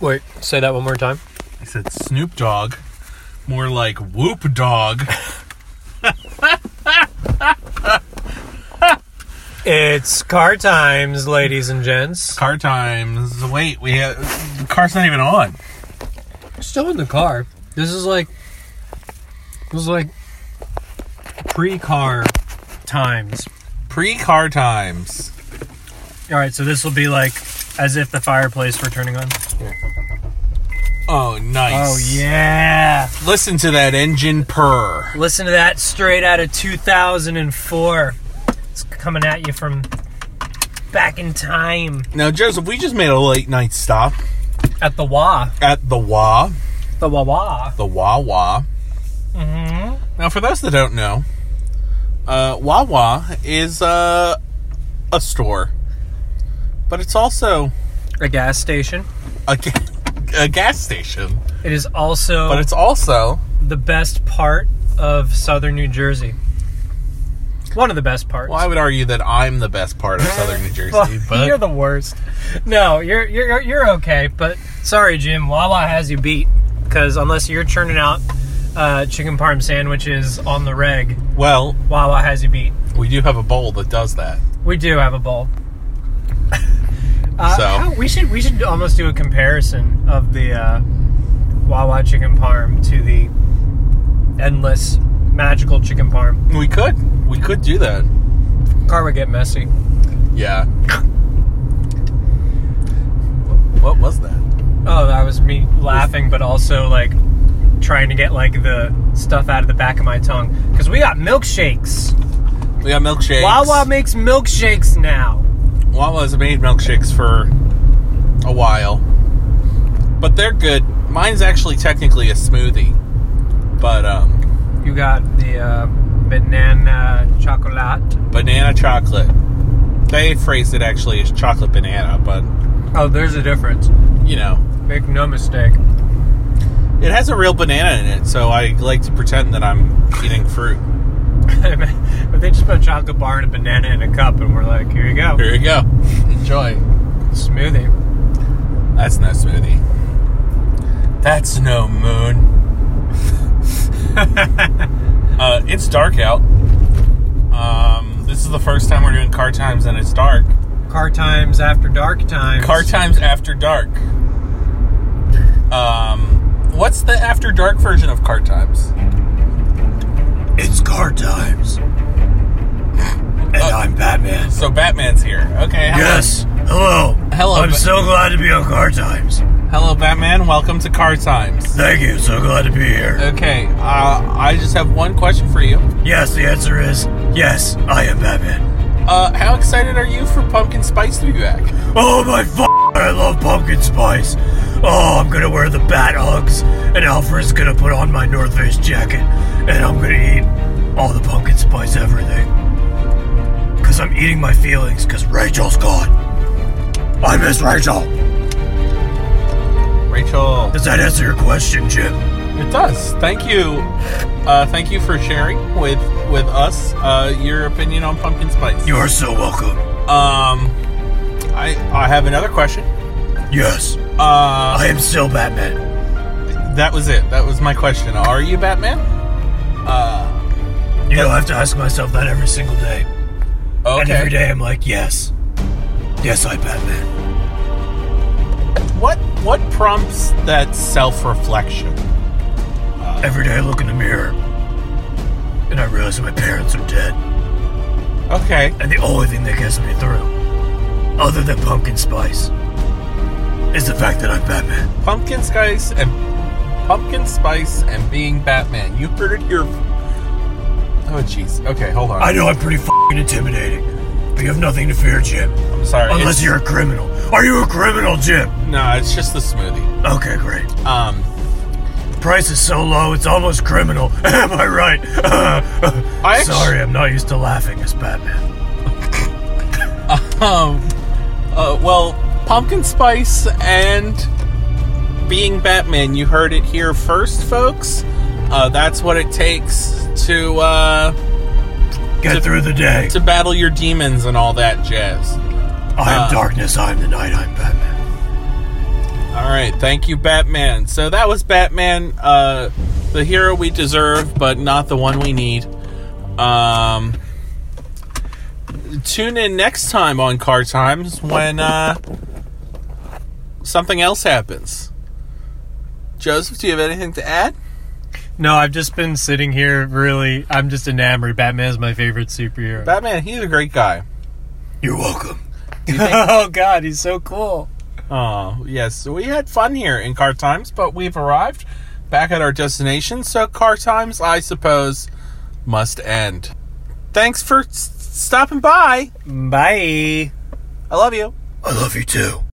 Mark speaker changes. Speaker 1: Wait, say that one more time.
Speaker 2: I said Snoop Dogg, more like Whoop Dog.
Speaker 1: It's car times, ladies and gents.
Speaker 2: Car times. Wait, we have, the car's not even on.
Speaker 1: Still in the car. This is like this is like pre-car times.
Speaker 2: Pre car times.
Speaker 1: All right, so this will be like as if the fireplace were turning on.
Speaker 2: Oh, nice.
Speaker 1: Oh yeah.
Speaker 2: Listen to that engine purr.
Speaker 1: Listen to that straight out of 2004. It's coming at you from back in time
Speaker 2: Now, Joseph, we just made a late night stop
Speaker 1: at the Wah.
Speaker 2: at the Wah,
Speaker 1: The Wah Wah.
Speaker 2: the Wawa.
Speaker 1: Mm-hmm.
Speaker 2: Now, for those that don't know, uh, Wawa is uh, a store, but it's also
Speaker 1: A gas station.
Speaker 2: a, ga- a gas station.
Speaker 1: It is also
Speaker 2: But it's also
Speaker 1: the best part of southern New Jersey. One of the best parts.
Speaker 2: Well, I would argue that I'm the best part of Southern New
Speaker 1: Well,
Speaker 2: Jersey, but
Speaker 1: you're the worst. No, you're you're you're okay, but sorry, Jim. Wawa has you beat because unless you're churning out uh, chicken parm sandwiches on the reg,
Speaker 2: well,
Speaker 1: Wawa has you beat.
Speaker 2: we do have a bowl that does that.
Speaker 1: We do have a bowl. uh,
Speaker 2: So.
Speaker 1: how- we should we should almost do a comparison of the uh, Wawa chicken parm to the endless magical chicken parm.
Speaker 2: We could, we could do that.
Speaker 1: Car would get messy.
Speaker 2: Yeah. what was that?
Speaker 1: Oh, that was me laughing, but also like trying to get like the stuff out of the back of my tongue because we got milkshakes.
Speaker 2: We got milkshakes.
Speaker 1: Wawa makes milkshakes now.
Speaker 2: Wawa's made milkshakes for a while, but they're good. Mine's actually technically a smoothie, but um,
Speaker 1: You got the uh, banana chocolate.
Speaker 2: banana chocolate. They phrased it actually as chocolate banana, but
Speaker 1: Oh, there's a difference.
Speaker 2: you know,
Speaker 1: Make no mistake.
Speaker 2: It has a real banana in it, so I like to pretend that I'm eating fruit.
Speaker 1: but they just put a chocolate bar and a banana in a cup, and we're like, here you go,
Speaker 2: Here you go. Enjoy.
Speaker 1: smoothie.
Speaker 2: That's no smoothie. That's no moon. uh, it's dark out. Um, this is the first time we're doing car times and it's dark.
Speaker 1: Car times after dark times.
Speaker 2: Car times after dark. Um, what's the after dark version of car times?
Speaker 1: It's car times, Uh, and I'm Batman.
Speaker 2: So Batman's here. Okay. hello.
Speaker 1: Hello.
Speaker 2: Hello,
Speaker 1: I'm
Speaker 2: Ba-
Speaker 1: so glad to be on Car Times.
Speaker 2: Hello, Batman. Welcome to Car Times.
Speaker 1: Thank you. So glad to be here.
Speaker 2: Okay, uh, I just have one question for you.
Speaker 1: Yes, the answer is yes. I am Batman.
Speaker 2: Uh, how excited are you for Pumpkin Spice to be back?
Speaker 1: Oh my f! I love pumpkin spice. Oh, I'm gonna wear the bat hugs, and Alfred's gonna put on my North Face jacket, and I'm gonna eat all the pumpkin spice everything. Cause I'm eating my feelings. Cause Rachel's gone. I miss Rachel.
Speaker 2: Rachel.
Speaker 1: Does that answer your question, Jim?
Speaker 2: It does. Thank you. Uh, thank you for sharing with with us uh, your opinion on Pumpkin Spice.
Speaker 1: You are so welcome.
Speaker 2: Um, I I have another question.
Speaker 1: Yes,
Speaker 2: Uh,
Speaker 1: I am still Batman.
Speaker 2: that was it. That was my question. Are you Batman? Uh,
Speaker 1: You know, I have to ask myself that every single day.
Speaker 2: okay.
Speaker 1: And every day I'm like, yes. Yes, I Batman.
Speaker 2: What what prompts that self reflection?
Speaker 1: Every day I look in the mirror. And I realize my parents are dead.
Speaker 2: Okay.
Speaker 1: And the only thing that gets me through, other than pumpkin spice, is the fact that I'm Batman.
Speaker 2: pumpkin spice and pumpkin spice and being Batman. You heard it here. Oh jeez. Okay, hold on.
Speaker 1: I know I'm pretty fing intimidating, but you have nothing to fear, Jim.
Speaker 2: I'm sorry.
Speaker 1: Unless
Speaker 2: it's-
Speaker 1: you're a criminal. Are you a criminal, Jim?
Speaker 2: No, it's just the smoothie.
Speaker 1: Okay, great.
Speaker 2: Um,
Speaker 1: price is so low, it's almost criminal. Am I right?
Speaker 2: I actu-
Speaker 1: Sorry, I'm not used to laughing as Batman.
Speaker 2: um, uh, well, pumpkin spice and being Batman. You heard it here first, folks. Uh, that's what it takes to uh,
Speaker 1: Get
Speaker 2: To-
Speaker 1: through the day.
Speaker 2: to battle your demons and all that jazz.
Speaker 1: I am
Speaker 2: uh,
Speaker 1: darkness, I am the night, I'm Batman.
Speaker 2: All right, right, thank you, Batman. So that was Batman, uh, the hero we deserve, but not the one we need. Um, tune in next time on Car Times when uh, something else happens. Joseph, do you have anything to add?
Speaker 1: No, I've just been sitting here really. I'm just enamored. Batman's my favorite superhero.
Speaker 2: Batman, he's a great guy.
Speaker 1: You're welcome.
Speaker 2: Do you think
Speaker 1: oh, God, he's so cool.
Speaker 2: Oh, yes. So we had fun here in Car Times, but we've arrived back at our destination. So Car Times, I suppose, must end. Thanks for s- stopping by.
Speaker 1: Bye.
Speaker 2: I love you.
Speaker 1: I love you too.